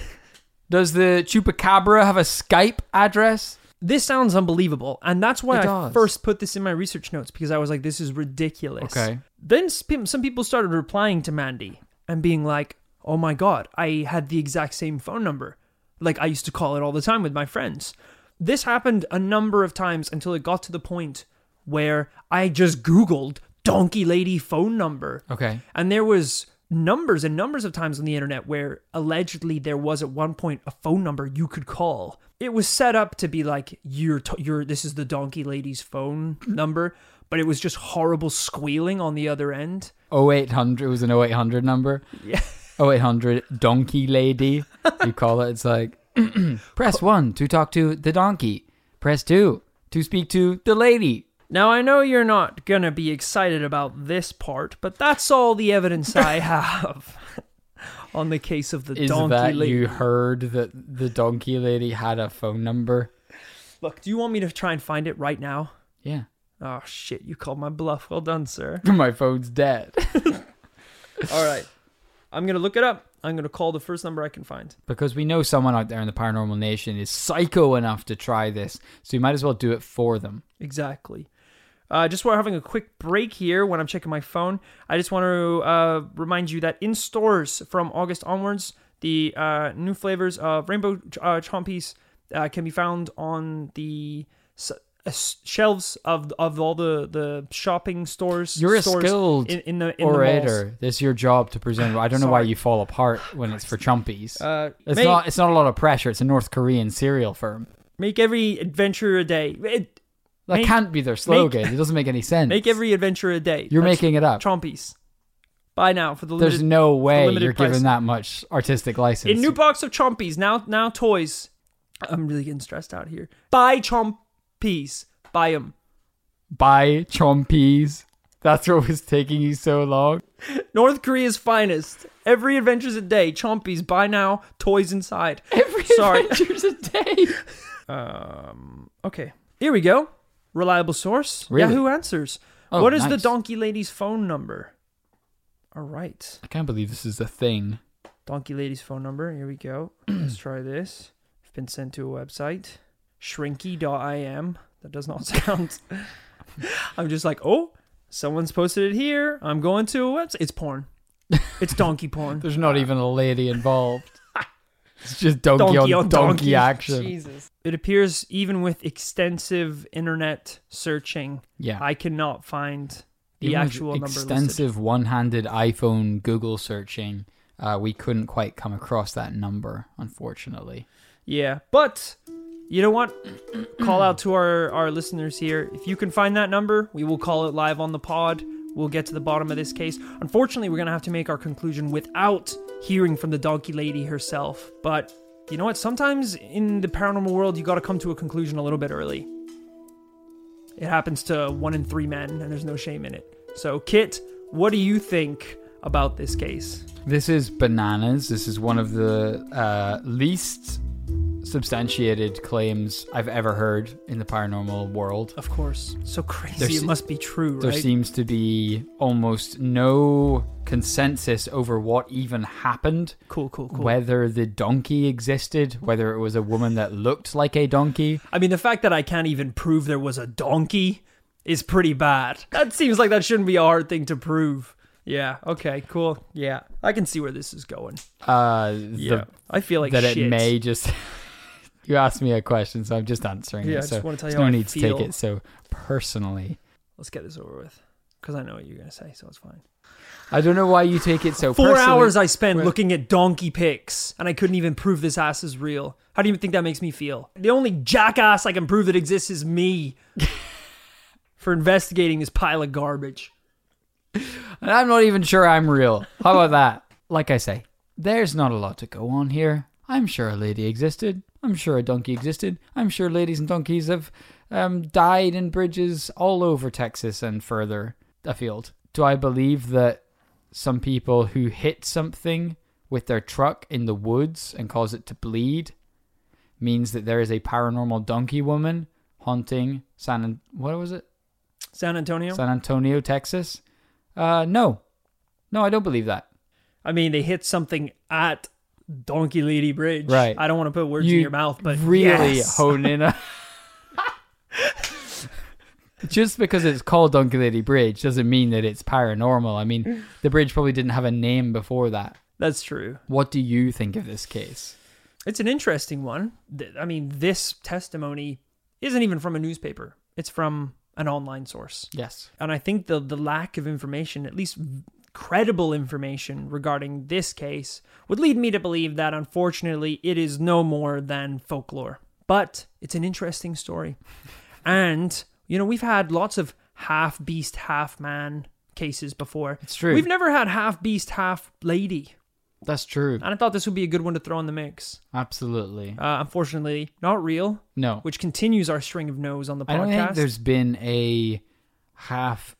Speaker 2: Does the Chupacabra have a Skype address?
Speaker 1: This sounds unbelievable, and that's why
Speaker 2: It
Speaker 1: I
Speaker 2: does.
Speaker 1: first put this in my research notes because I was like, this is ridiculous.
Speaker 2: Okay.
Speaker 1: Then sp- some people started replying to Mandy and being like, oh my god, I had the exact same phone number. Like, I used to call it all the time with my friends. This happened a number of times until it got to the point where I just Googled Donkey Lady phone number.
Speaker 2: Okay.
Speaker 1: And there was numbers and numbers of times on the internet where allegedly there was at one point a phone number you could call. It was set up to be like your t- your this is the donkey lady's phone number, but it was just horrible squealing on the other end.
Speaker 2: 0800 it was an 0800 number. Yeah. 0800 donkey lady. You call it. It's like press 1 to talk to the donkey. Press 2 to speak to the lady.
Speaker 1: Now I know you're not gonna be excited about this part, but that's all the evidence I have on the case of the
Speaker 2: Is
Speaker 1: donkey
Speaker 2: that
Speaker 1: lady.
Speaker 2: you heard that the donkey lady had a phone number?
Speaker 1: Look, do you want me to try and find it right now?
Speaker 2: Yeah.
Speaker 1: Oh shit, you called my bluff. Well done, sir.
Speaker 2: My phone's dead.
Speaker 1: All right. I'm going to look it up. I'm going to call the first number I can find.
Speaker 2: because we know someone out there in the paranormal nation is psycho enough to try this, so you might as well do it for them.
Speaker 1: Exactly. Uh, just while having a quick break here when I'm checking my phone, I just want to uh, remind you that in stores from August onwards, the uh, new flavors of Rainbow uh, Chompies uh, can be found on the s- uh, s- shelves of of all the, the shopping stores.
Speaker 2: You're a
Speaker 1: stores
Speaker 2: skilled
Speaker 1: in, in the, in The malls.
Speaker 2: Orator, this is your job to present. I don't know why
Speaker 1: Sorry.
Speaker 2: you fall apart when it's for chumpies.
Speaker 1: Uh,
Speaker 2: it's
Speaker 1: may-
Speaker 2: not. It's not a lot of pressure. It's a North Korean cereal firm.
Speaker 1: Make every adventure a day. It-
Speaker 2: That
Speaker 1: Make-
Speaker 2: can't be their slogan. it doesn't make any sense.
Speaker 1: make every adventure a day.
Speaker 2: You're
Speaker 1: That's-
Speaker 2: making it up.
Speaker 1: Chompies. Buy now for the limited.
Speaker 2: There's no way
Speaker 1: limited
Speaker 2: you're
Speaker 1: price.
Speaker 2: given that much artistic license.
Speaker 1: in new box of Chompies now. Now toys. I'm really getting stressed out here. Buy Chompies. Buy them.
Speaker 2: Buy chumpies. That's what was taking you so long.
Speaker 1: North Korea's finest. Every adventure's a day. Chompies. Buy now. Toys inside.
Speaker 2: Every
Speaker 1: Sorry. Um,
Speaker 2: adventure's a day.
Speaker 1: Okay. Here we go. Reliable source.
Speaker 2: Really?
Speaker 1: Yahoo answers.
Speaker 2: Oh,
Speaker 1: what is the
Speaker 2: nice.
Speaker 1: donkey lady's phone number? All right.
Speaker 2: I can't believe this is a thing.
Speaker 1: Donkey lady's phone number. Here we go. Let's try this. It's been sent to a website. Shrinky.im. That does not sound. I'm just like, oh, someone's posted it here. I'm going to a website. It's porn. It's donkey porn.
Speaker 2: There's not even a lady involved. It's just donkey,
Speaker 1: donkey
Speaker 2: on, donkey,
Speaker 1: donkey.
Speaker 2: action.
Speaker 1: Jesus. It appears even with extensive internet searching,
Speaker 2: Yeah.
Speaker 1: I cannot find the
Speaker 2: Even with
Speaker 1: actual number. listed.
Speaker 2: extensive one-handed iPhone Google searching, uh, we couldn't quite come across that number, unfortunately.
Speaker 1: Yeah, but you know what? call out to our our listeners here. If you can find that number, we will call it live on the pod. We'll get to the bottom of this case. Unfortunately, we're going to have to make our conclusion without hearing from the donkey lady herself. But you know what? Sometimes in the paranormal world, you got to come to a conclusion a little bit early. It happens to one in three men, and there's no shame in it. So, Kit, what do you think about this case?
Speaker 2: This is bananas. This is one of the uh, least substantiated claims I've ever heard in the paranormal world.
Speaker 1: Of course. So crazy.
Speaker 2: There's-
Speaker 1: it must be true,
Speaker 2: There
Speaker 1: Oh, right?
Speaker 2: seems to be almost no consensus over what even happened.
Speaker 1: cool, cool, cool.
Speaker 2: Whether the donkey existed, whether it was a woman that looked like a donkey.
Speaker 1: I mean, the fact that I can't even prove there was a donkey is pretty bad. That seems like that shouldn't be a hard thing to prove. Yeah. Okay. Cool. Yeah. I can see where this is going.
Speaker 2: Uh,
Speaker 1: Yeah.
Speaker 2: the,
Speaker 1: I feel like
Speaker 2: that
Speaker 1: shit.
Speaker 2: it may just. you asked me a question, so I'm just answering
Speaker 1: Yeah, I
Speaker 2: it.
Speaker 1: just
Speaker 2: So
Speaker 1: wanna tell you
Speaker 2: there's no
Speaker 1: how I
Speaker 2: need to
Speaker 1: feel.
Speaker 2: take it so personally.
Speaker 1: Let's get this over with, because I know what you're gonna say, so it's fine.
Speaker 2: I don't know why you take it so.
Speaker 1: Four
Speaker 2: personally.
Speaker 1: hours I spent
Speaker 2: Well-
Speaker 1: looking at donkey pics, and I couldn't even prove this ass is real. How do you think that makes me feel? The only jackass I can prove that exists is me. For investigating this pile of garbage.
Speaker 2: And I'm not even sure I'm real. How about that? Like I say, there's not a lot to go on here. I'm sure a lady existed. I'm sure a donkey existed. I'm sure ladies and donkeys have um, died in bridges all over Texas and further afield. Do I believe that some people who hit something with their truck in the woods and cause it to bleed means that there is a paranormal donkey woman haunting San what was it
Speaker 1: San Antonio?
Speaker 2: San Antonio, Texas? Uh, no. No, I don't believe that.
Speaker 1: I mean, they hit something at Donkey Lady Bridge.
Speaker 2: Right.
Speaker 1: I don't want to put words in your mouth, but
Speaker 2: really
Speaker 1: yes.
Speaker 2: hone in on. Just because it's called Donkey Lady Bridge doesn't mean that it's paranormal. I mean, the bridge probably didn't have a name before that.
Speaker 1: that's true.
Speaker 2: What do you think of this case?
Speaker 1: It's an interesting one. Th- I mean, this testimony isn't even from a newspaper. It's from an online source.
Speaker 2: Yes.
Speaker 1: And I think the the lack of information, at least v- credible information regarding this case, would lead me to believe that unfortunately it is no more than folklore. But it's an interesting story. And you know, we've had lots of half beast, half man cases before.
Speaker 2: It's true.
Speaker 1: We've never had half beast, half lady.
Speaker 2: That's true.
Speaker 1: And I thought this would be a good one to throw in the mix.
Speaker 2: Absolutely.
Speaker 1: Uh, unfortunately, not real,
Speaker 2: No.
Speaker 1: which continues our string of no's on the podcast.
Speaker 2: I don't think there's been a half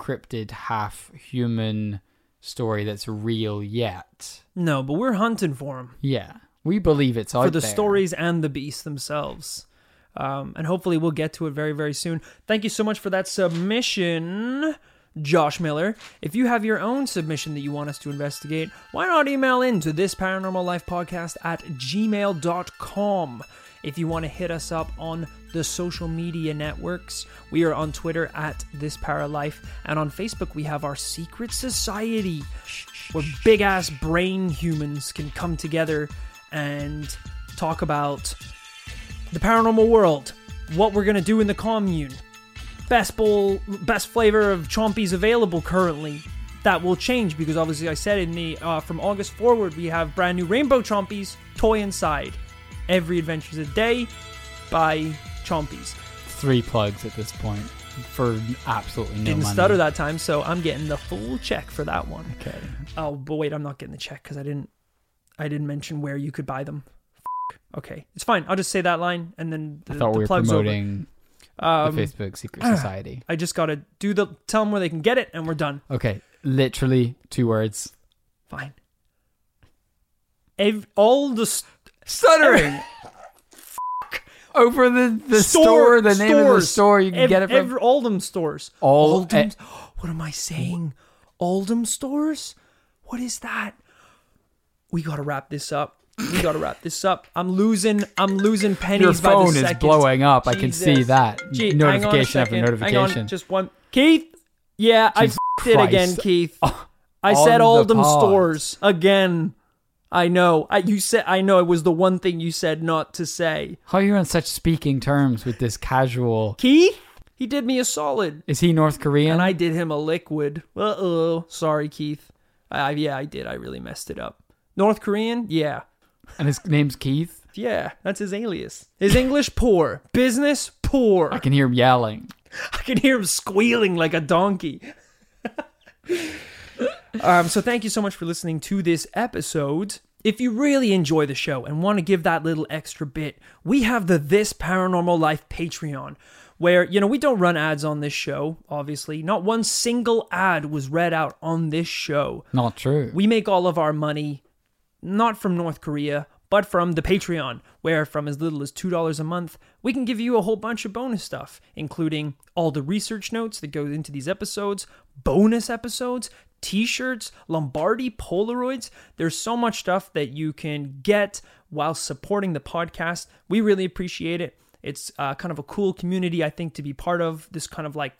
Speaker 2: cryptid, half human story that's real yet.
Speaker 1: no, but we're hunting for them.
Speaker 2: Yeah. We believe it's out
Speaker 1: for the
Speaker 2: there.
Speaker 1: stories and the beasts themselves. Um, and hopefully we'll get to it very, very soon. Thank you so much for that submission, Josh Miller. If you have your own submission that you want us to investigate, why not email in to this paranormal life podcast at gmail.com. If you want to hit us up on the social media networks, we are on Twitter at this paralife, and on Facebook we have our secret society where big ass brain humans can come together and talk about the paranormal world, what we're gonna do in the commune, best bowl, best flavor of chompies available currently. That will change because obviously I said in the uh, from August forward we have brand new rainbow chompies, toy inside, every adventure's a day by chompies.
Speaker 2: three plugs at this point for absolutely no
Speaker 1: Didn't
Speaker 2: money.
Speaker 1: stutter that time, so I'm getting the full check for that one.
Speaker 2: Okay.
Speaker 1: Oh, but wait, I'm not getting the check because I didn't, I didn't mention where you could buy them. F- Okay, it's fine. I'll just say that line and then the,
Speaker 2: I thought
Speaker 1: the
Speaker 2: we were
Speaker 1: plug's over.
Speaker 2: promoting
Speaker 1: Um,
Speaker 2: the Facebook Secret Society.
Speaker 1: I just gotta do the tell them where they can get it, and we're done.
Speaker 2: Okay, literally two words.
Speaker 1: Fine. Ev- all the s-
Speaker 2: Stuttering. Over the, the
Speaker 1: store,
Speaker 2: store, the name of the
Speaker 1: stores,
Speaker 2: store you can
Speaker 1: ev-
Speaker 2: get it from.
Speaker 1: ev- Oldham stores.
Speaker 2: All-
Speaker 1: Oldham.
Speaker 2: eh-
Speaker 1: what am I saying? Oldham stores. What is that? We gotta wrap this up. We gotta wrap this up. I'm losing. I'm losing pennies.
Speaker 2: Your
Speaker 1: by the
Speaker 2: phone is
Speaker 1: second.
Speaker 2: blowing up. I can see
Speaker 1: Jesus.
Speaker 2: that.
Speaker 1: Gee, hang on a
Speaker 2: notification after
Speaker 1: second. Hang on,
Speaker 2: notification.
Speaker 1: just one. Keith. Yeah,
Speaker 2: Jesus
Speaker 1: I f***ed it again,
Speaker 2: Christ.
Speaker 1: Keith. I
Speaker 2: on
Speaker 1: said
Speaker 2: the
Speaker 1: Oldham
Speaker 2: pod.
Speaker 1: stores again. I know. I you said I know it was the one thing you said not to say.
Speaker 2: How are you on such speaking terms with this casual?
Speaker 1: Keith, he did me a solid,
Speaker 2: Is he North Korean?
Speaker 1: and I did him a liquid. Uh oh, sorry, Keith. I yeah, I did. I really messed it up. North Korean, yeah,
Speaker 2: and his name's Keith?
Speaker 1: yeah. That's his alias. His English poor, business poor.
Speaker 2: I can hear him yelling.
Speaker 1: I can hear him squealing like a donkey. Um, so thank you so much for listening to this episode. If you really enjoy the show and want to give that little extra bit, we have the This Paranormal Life Patreon, where, you know, we don't run ads on this show, obviously. Not one single ad was read out on this show.
Speaker 2: Not true.
Speaker 1: We make all of our money not from North Korea, but from the Patreon, where from as little as $2 a month, we can give you a whole bunch of bonus stuff, including all the research notes that go into these episodes, bonus episodes, t shirts, Lombardi Polaroids. There's so much stuff that you can get while supporting the podcast. We really appreciate it. It's uh, kind of a cool community, I think, to be part of this kind of like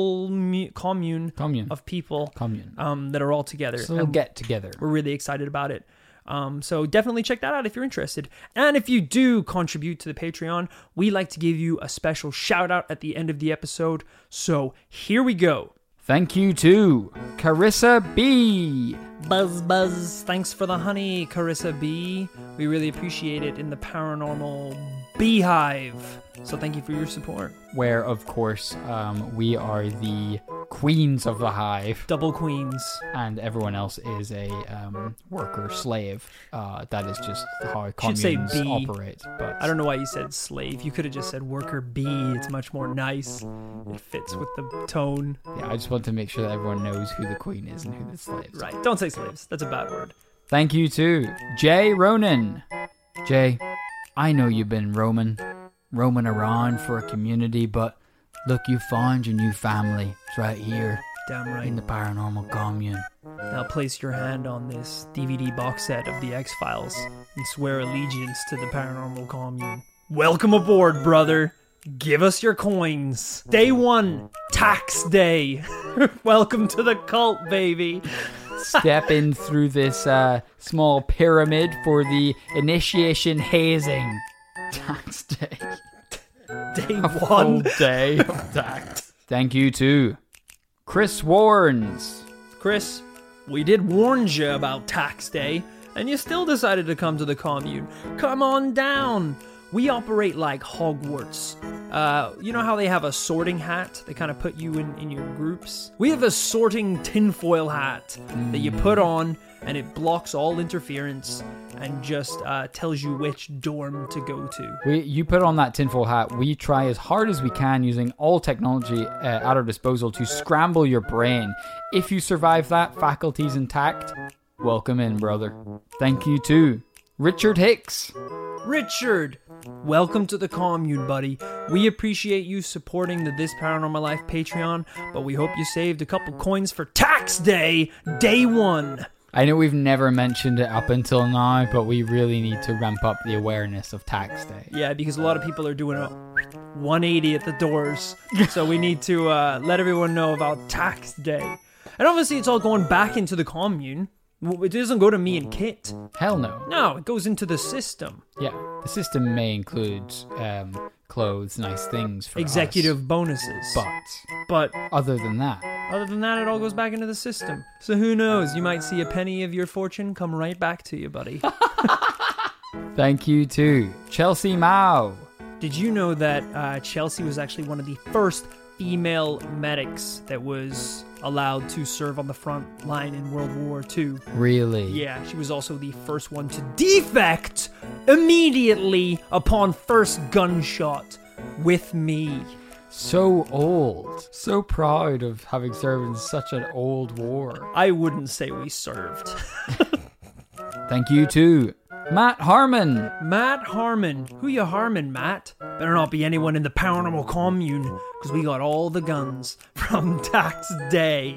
Speaker 1: colmu- commune,
Speaker 2: Commune.
Speaker 1: of people
Speaker 2: Commune.
Speaker 1: Um, that are all together.
Speaker 2: so we'll
Speaker 1: And-
Speaker 2: get together.
Speaker 1: we're really excited about it. Um, so definitely check that out if you're interested. And if you do contribute to the Patreon, we like to give you a special shout out at the end of the episode. So here we go.
Speaker 2: Thank you to Carissa B.
Speaker 1: Buzz buzz. Thanks for the honey, Carissa B. We really appreciate it in the paranormal beehive. So thank you for your support.
Speaker 2: where of course um, we are the queens of the hive
Speaker 1: Double queens.
Speaker 2: and everyone else is a um, worker slave uh, that is just how
Speaker 1: Should say
Speaker 2: communes
Speaker 1: bee.
Speaker 2: operate but
Speaker 1: I don't know why you said slave. You could have just said worker bee. It's much more nice. It fits with the tone.
Speaker 2: yeah, i just want to make sure that everyone knows who the queen is and who the slaves
Speaker 1: Right. Don't say slaves. That's a bad word.
Speaker 2: thank you to jay ronan jay i know you've been roaming roaming around for a community but look you found your new family it's right here
Speaker 1: Damn right.
Speaker 2: in the paranormal commune
Speaker 1: Now place your hand on this DVD box set of The X Files and swear allegiance to the paranormal commune. Welcome aboard, brother. Give us your coins. Day one, tax day. Welcome to the cult, baby.
Speaker 2: step in through this uh, small pyramid for the initiation hazing tax day.
Speaker 1: Day
Speaker 2: Full
Speaker 1: one.
Speaker 2: day of tax. Thank you to Chris Warnes.
Speaker 1: Chris, we did warn you about tax day, and you still decided to come to the commune. Come on down. We operate like Hogwarts. Uh, you know how they have a sorting hat? They kind of put you in, in your groups. We have a sorting tinfoil hat that you put on, and it blocks all interference and just uh, tells you which dorm to go to.
Speaker 2: We, you put on that tinfoil hat. We try as hard as we can using all technology uh, at our disposal to scramble your brain. If you survive that, faculty's intact. Welcome in, brother. Thank you to Richard Hicks.
Speaker 1: Richard, welcome to the commune, buddy. We appreciate you supporting the This Paranormal Life Patreon, but we hope you saved a couple coins for tax day, day one.
Speaker 2: I know we've never mentioned it up until now, but we really need to ramp up the awareness of tax day.
Speaker 1: Yeah, because a lot of people are doing a 180 at the doors, so we need to uh, let everyone know about tax day. And obviously, it's all going back into the commune. W- It doesn't go to me and Kit.
Speaker 2: Hell no.
Speaker 1: No, it goes into the system.
Speaker 2: Yeah, the system may include um, clothes, nice things for us,
Speaker 1: Executive bonuses.
Speaker 2: but
Speaker 1: but
Speaker 2: other than that,
Speaker 1: Other than that, it all goes back into the system. So who knows? You might see a penny of your fortune come right back to you, buddy.
Speaker 2: thank you to Chelsea Mao.
Speaker 1: Did you know that uh, Chelsea was actually one of the first female medics that was allowed to serve on the front line in World War II?
Speaker 2: Really?
Speaker 1: Yeah, she was also the first one to defect immediately upon first gunshot with me.
Speaker 2: So old. So proud of having served in such an old war.
Speaker 1: I wouldn't say we served.
Speaker 2: Thank you to Matt Harmon.
Speaker 1: Matt Harmon. Who you harming, Matt? Better not be anyone in the paranormal commune, because we got all the guns from tax day.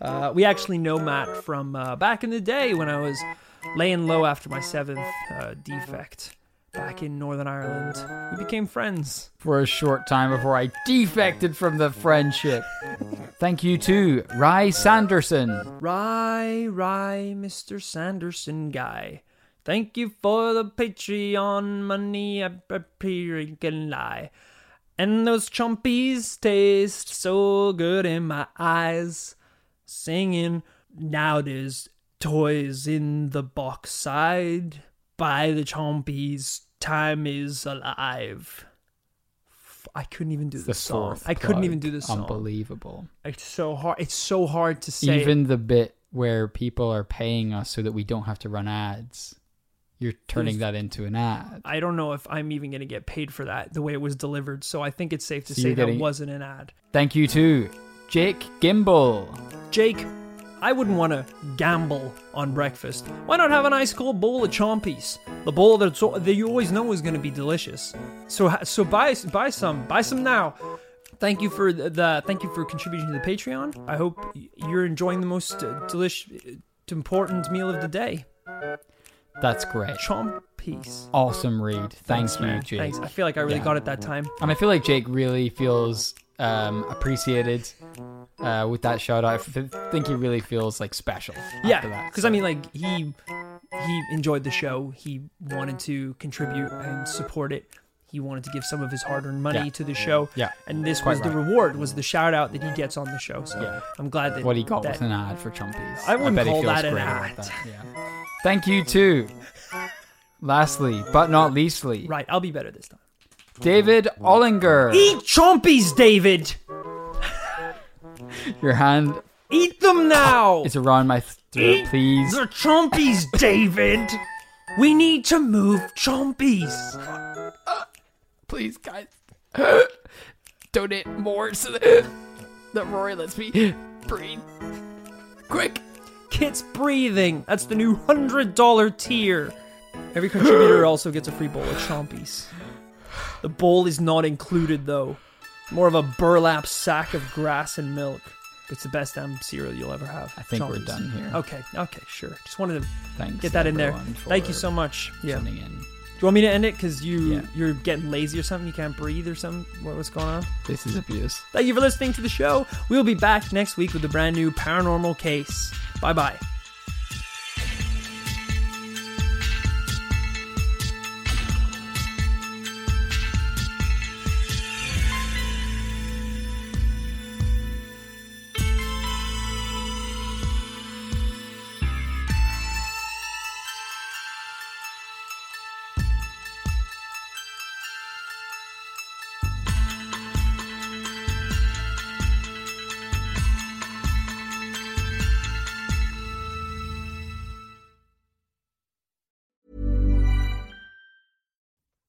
Speaker 1: Uh, we actually know Matt from uh, back in the day when I was laying low after my seventh uh, defect back in Northern Ireland. We became friends.
Speaker 2: for a short time before I defected from the friendship. Thank you to Rai Sanderson.
Speaker 1: Rye, rye, Mr. Sanderson guy. Thank you for the Patreon money. I appearing can lie. And those chompies taste so good in my eyes. Singing, now there's toys in the box side. By the chompies, time is alive. F- I couldn't even do
Speaker 2: the
Speaker 1: this song.
Speaker 2: fourth.
Speaker 1: I couldn't even do
Speaker 2: plug.
Speaker 1: this song.
Speaker 2: Unbelievable.
Speaker 1: It's so hard. It's so hard to say.
Speaker 2: Even the bit where people are paying us so that we don't have to run ads, you're turning that into an ad.
Speaker 1: I don't know if I'm even going to get paid for that the way it was delivered. So I think it's safe to
Speaker 2: So
Speaker 1: say
Speaker 2: you're
Speaker 1: that
Speaker 2: getting-
Speaker 1: wasn't an ad.
Speaker 2: Thank you to Jake Gimble.
Speaker 1: Jake, I wouldn't want to gamble on breakfast. Why not have an ice cold bowl of chompies? The bowl that's, that you always know is going to be delicious. So ha- so buy buy some buy some now. Thank you for the, the thank you for contributing to the Patreon. I hope y- you're enjoying the most uh, delish, uh, important meal of the day,
Speaker 2: That's great.
Speaker 1: chompies.
Speaker 2: Awesome read. Thank you,
Speaker 1: man.
Speaker 2: Jake.
Speaker 1: Thanks. I feel like I really
Speaker 2: Yeah.
Speaker 1: got it that time.
Speaker 2: And I feel like Jake really feels um, appreciated uh, with that shout out. I f- think he really feels like special. after
Speaker 1: yeah
Speaker 2: that.
Speaker 1: because i mean like he he enjoyed the show he wanted to contribute and support it he wanted to give some of his hard-earned money
Speaker 2: Yeah.
Speaker 1: to the show
Speaker 2: Yeah.
Speaker 1: and this
Speaker 2: Quite
Speaker 1: was the
Speaker 2: right.
Speaker 1: reward was the shout out that he gets on the show so
Speaker 2: Yeah.
Speaker 1: i'm glad that
Speaker 2: what he got
Speaker 1: that,
Speaker 2: was an ad for Chompies.
Speaker 1: I wouldn't
Speaker 2: bet he
Speaker 1: call
Speaker 2: feels
Speaker 1: that an
Speaker 2: great about
Speaker 1: ad.
Speaker 2: that, Yeah. Thank you too. Lastly, but not leastly,
Speaker 1: right i'll be better this time
Speaker 2: David Ollinger.
Speaker 1: eat chompies david
Speaker 2: Your hand
Speaker 1: eat them now
Speaker 2: is around my throat,
Speaker 1: Eat
Speaker 2: please.
Speaker 1: the chompies david we need to move chompies
Speaker 3: Please, guys, donate more so that, that Rory lets me breathe. Quick.
Speaker 1: Kit's breathing. That's the new hundred dollar tier. Every contributor also gets a free bowl of chompies. The bowl is not included though. More of a burlap sack of grass and milk. It's the best damn cereal you'll ever have.
Speaker 2: I think we're
Speaker 1: Chompies.
Speaker 2: done here.
Speaker 1: Okay, okay, sure. Just wanted to
Speaker 2: Thanks.
Speaker 1: get that in there.
Speaker 2: everyone, for
Speaker 1: Thank you so much. Yeah. Do
Speaker 2: tuning in.
Speaker 1: you want me to end it? Cause you
Speaker 2: Yeah.
Speaker 1: you're getting lazy or something. You can't breathe or something. What, what's going on?
Speaker 2: This is abuse.
Speaker 1: Thank you for listening to the show. We'll be back next week with a brand new paranormal case. Bye bye.